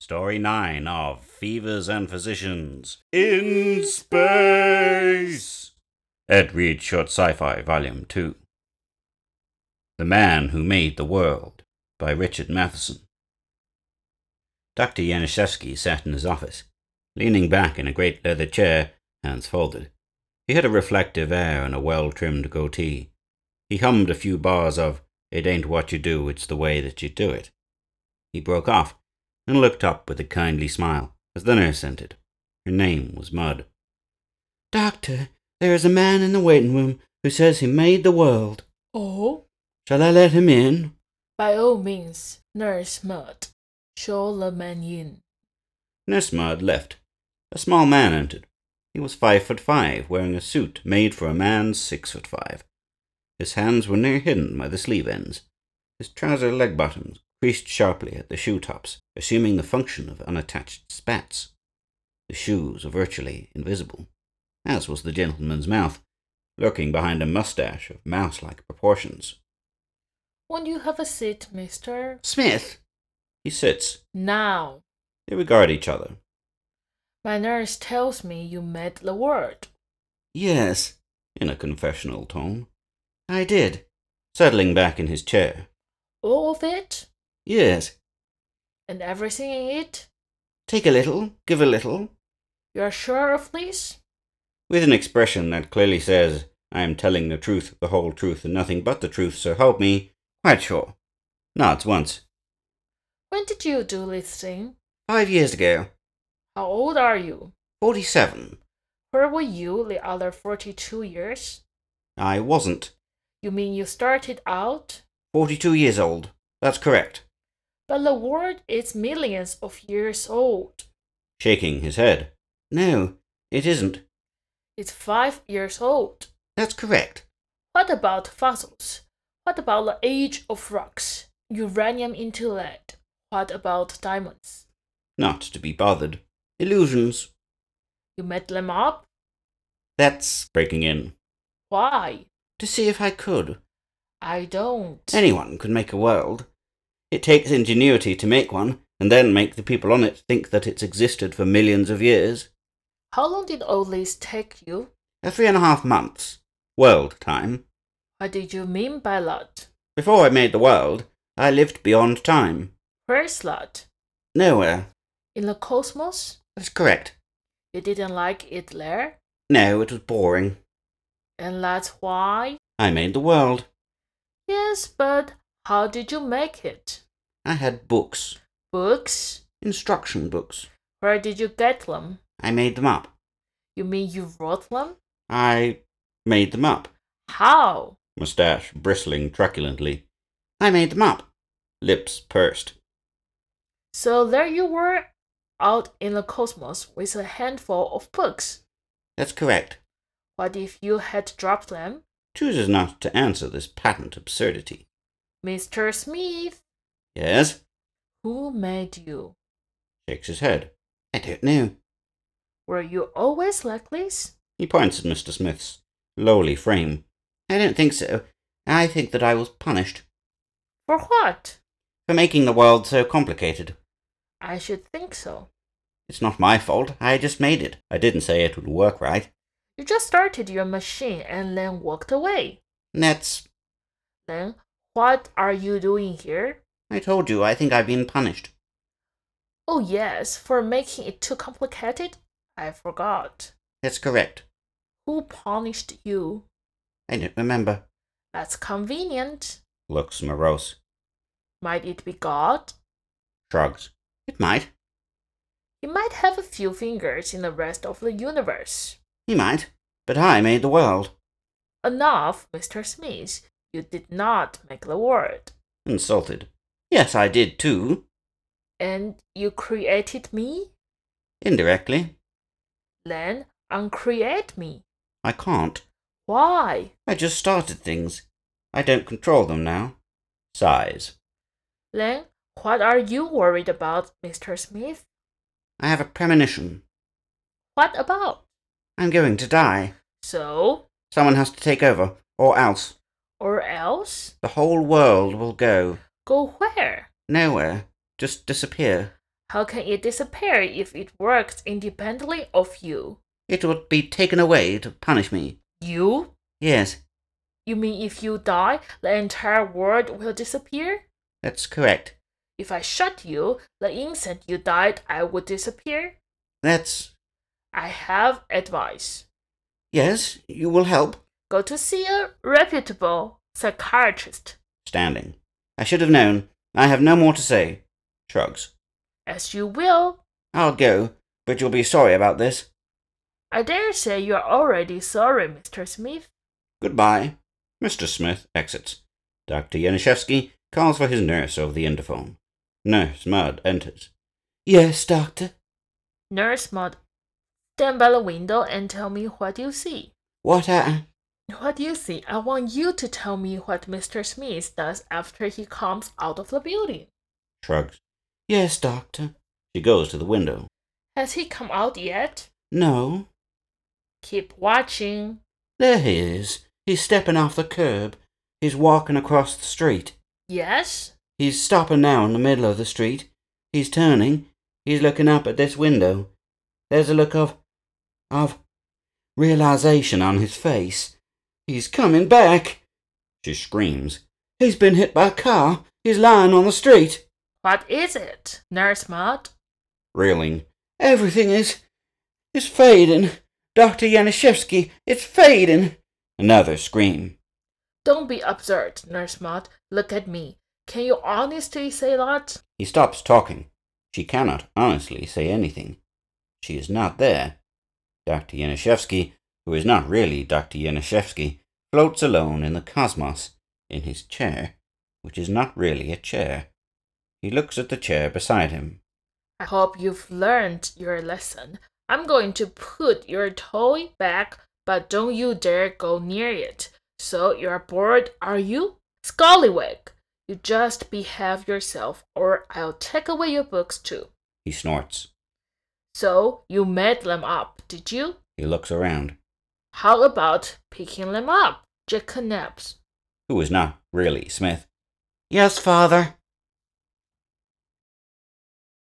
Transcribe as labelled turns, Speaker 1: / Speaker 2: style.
Speaker 1: Story 9 of Fevers and Physicians in Space! Ed Reed Short Sci Fi, Volume 2. The Man Who Made the World by Richard Matheson. Dr. Yanishevsky sat in his office, leaning back in a great leather chair, hands folded. He had a reflective air and a well trimmed goatee. He hummed a few bars of It Ain't What You Do, It's the Way That You Do It. He broke off and looked up with a kindly smile as the nurse entered. Her name was Mud.
Speaker 2: Doctor, there is a man in the waiting room who says he made the world.
Speaker 3: Oh,
Speaker 2: Shall I let him in?
Speaker 3: by all means, Nurse Mud, show the man in.
Speaker 1: Nurse Mud left. A small man entered. He was five foot five, wearing a suit made for a man six foot five. His hands were near hidden by the sleeve ends. His trouser leg buttons creased sharply at the shoe tops, assuming the function of unattached spats. The shoes were virtually invisible, as was the gentleman's mouth, lurking behind a mustache of mouse like proportions.
Speaker 3: Won't you have a seat, mister?
Speaker 1: Smith! He sits.
Speaker 3: Now,
Speaker 1: They regard each other.
Speaker 3: my nurse tells me you made the world.
Speaker 2: Yes,
Speaker 1: in a confessional tone,
Speaker 2: I did.
Speaker 1: settling back in his chair.
Speaker 3: All of it,
Speaker 2: Yes.
Speaker 3: and everything in it?
Speaker 2: Take a little, give a little.
Speaker 3: You're sure of this?
Speaker 1: With an expression that clearly says, I am telling the truth, the whole truth, and nothing but the truth, so help me, quite sure. Nods once.
Speaker 3: When did you do this thing?
Speaker 1: Five years ago.
Speaker 3: How old are you?
Speaker 1: Forty seven.
Speaker 3: Where were you the other 42 years?
Speaker 1: I wasn't.
Speaker 3: You mean you started out?
Speaker 1: Forty two years old. That's correct.
Speaker 3: But the world is millions of years old.
Speaker 1: Shaking his head. No, it isn't.
Speaker 3: It's five years old.
Speaker 1: That's correct.
Speaker 3: What about fossils? What about the age of rocks? Uranium into lead. What about diamonds?
Speaker 1: Not to be bothered. Illusions.
Speaker 3: You made them up?
Speaker 1: That's breaking in.
Speaker 3: Why?
Speaker 1: To see if I could.
Speaker 3: I don't.
Speaker 1: Anyone could make a world. It takes ingenuity to make one, and then make the people on it think that it's existed for millions of years.
Speaker 3: How long did all this take you?
Speaker 1: Uh, Three and a half months. World time.
Speaker 3: What did you mean by that?
Speaker 1: Before I made the world, I lived beyond time.
Speaker 3: Where's that?
Speaker 1: Nowhere.
Speaker 3: In the cosmos?
Speaker 1: That's correct.
Speaker 3: You didn't like it there?
Speaker 1: No, it was boring.
Speaker 3: And that's why?
Speaker 1: I made the world.
Speaker 3: Yes, but how did you make it?
Speaker 1: I had books.
Speaker 3: Books?
Speaker 1: Instruction books.
Speaker 3: Where did you get them?
Speaker 1: I made them up.
Speaker 3: You mean you wrote them?
Speaker 1: I made them up.
Speaker 3: How?
Speaker 1: Mustache bristling truculently. I made them up. Lips pursed.
Speaker 3: So there you were, out in the cosmos with a handful of books.
Speaker 1: That's correct.
Speaker 3: What if you had dropped them?
Speaker 1: Chooses not to answer this patent absurdity.
Speaker 3: Mr. Smith,
Speaker 1: Yes?
Speaker 3: who made you?
Speaker 1: Shakes his head. I don't know.
Speaker 3: Were you always like this?
Speaker 1: He points at Mr. Smith's lowly frame. I don't think so. I think that I was punished
Speaker 3: For what?
Speaker 1: for making the world so complicated.
Speaker 3: I should think so.
Speaker 1: It's not my fault. I just made it. I didn't say it would work right.
Speaker 3: You just started your machine and then walked away.
Speaker 1: And that's.
Speaker 3: Then what are you doing here?
Speaker 1: I told you, I think I've been punished.
Speaker 3: Oh, yes, for making it too complicated? I forgot.
Speaker 1: That's correct.
Speaker 3: Who punished you?
Speaker 1: I don't remember.
Speaker 3: That's convenient.
Speaker 1: Looks morose.
Speaker 3: Might it be God?
Speaker 1: Shrugs. It might.
Speaker 3: He might have a few fingers in the rest of the universe.
Speaker 1: He might. But I made the world.
Speaker 3: Enough, Mr. Smith. You did not make the world.
Speaker 1: Insulted. Yes, I did too.
Speaker 3: And you created me?
Speaker 1: Indirectly.
Speaker 3: Then uncreate me.
Speaker 1: I can't.
Speaker 3: Why?
Speaker 1: I just started things. I don't control them now. Sighs.
Speaker 3: Then what are you worried about, Mr. Smith?
Speaker 1: I have a premonition.
Speaker 3: What about?
Speaker 1: I'm going to die.
Speaker 3: So,
Speaker 1: Someone has to take over, or else
Speaker 3: or else?
Speaker 1: the whole world will go
Speaker 3: Go where?
Speaker 1: nowhere, just disappear.
Speaker 3: How can it disappear if it works independently of you?
Speaker 2: It would be taken away to punish me.
Speaker 3: You?
Speaker 2: Yes,
Speaker 3: You mean if you die, the entire world will disappear?
Speaker 2: that's correct.
Speaker 3: If I shot you, the instant you died, I would disappear?
Speaker 2: That's.
Speaker 3: I have advice.
Speaker 2: Yes, you will help.
Speaker 3: Go to see a reputable psychiatrist.
Speaker 2: Standing. I should have known. I have no more to say. Shrugs.
Speaker 3: As you will.
Speaker 2: I'll go, but you'll be sorry about this.
Speaker 3: I dare say you are already sorry, Mr. Smith.
Speaker 2: Goodbye.
Speaker 1: Mr. Smith exits. Dr. Yanishevsky calls for his nurse over the interphone. Nurse Mudd enters.
Speaker 2: Yes, doctor.
Speaker 3: Nurse Maud, stand by the window and tell me what you see.
Speaker 2: What I.
Speaker 3: What do you see? I want you to tell me what Mr. Smith does after he comes out of the building.
Speaker 1: Shrugs.
Speaker 2: Yes, doctor.
Speaker 1: She goes to the window.
Speaker 3: Has he come out yet?
Speaker 2: No.
Speaker 3: Keep watching.
Speaker 2: There he is. He's stepping off the curb. He's walking across the street.
Speaker 3: Yes?
Speaker 2: He's stopping now in the middle of the street. He's turning. He's looking up at this window. There's a look of. of. realization on his face. He's coming back.
Speaker 1: She screams.
Speaker 2: He's been hit by a car. He's lying on the street.
Speaker 3: What is it? Nurse Maud?
Speaker 1: Reeling.
Speaker 2: Everything is. is fading. Dr. Yanishevsky, it's fading.
Speaker 1: Another scream.
Speaker 3: Don't be absurd, Nurse Maud. Look at me. Can you honestly say that?
Speaker 1: He stops talking. She cannot honestly say anything. She is not there. Dr. Yanishevsky, who is not really Dr. Yanishevsky, floats alone in the cosmos in his chair, which is not really a chair. He looks at the chair beside him.
Speaker 3: I hope you've learned your lesson. I'm going to put your toy back, but don't you dare go near it. So you're bored, are you? Scullywag! You just behave yourself, or I'll take away your books too.
Speaker 1: He snorts.
Speaker 3: So you made them up, did you?
Speaker 1: He looks around.
Speaker 3: How about picking them up? Jack Knaps.
Speaker 1: Who is not really Smith?
Speaker 2: Yes, father.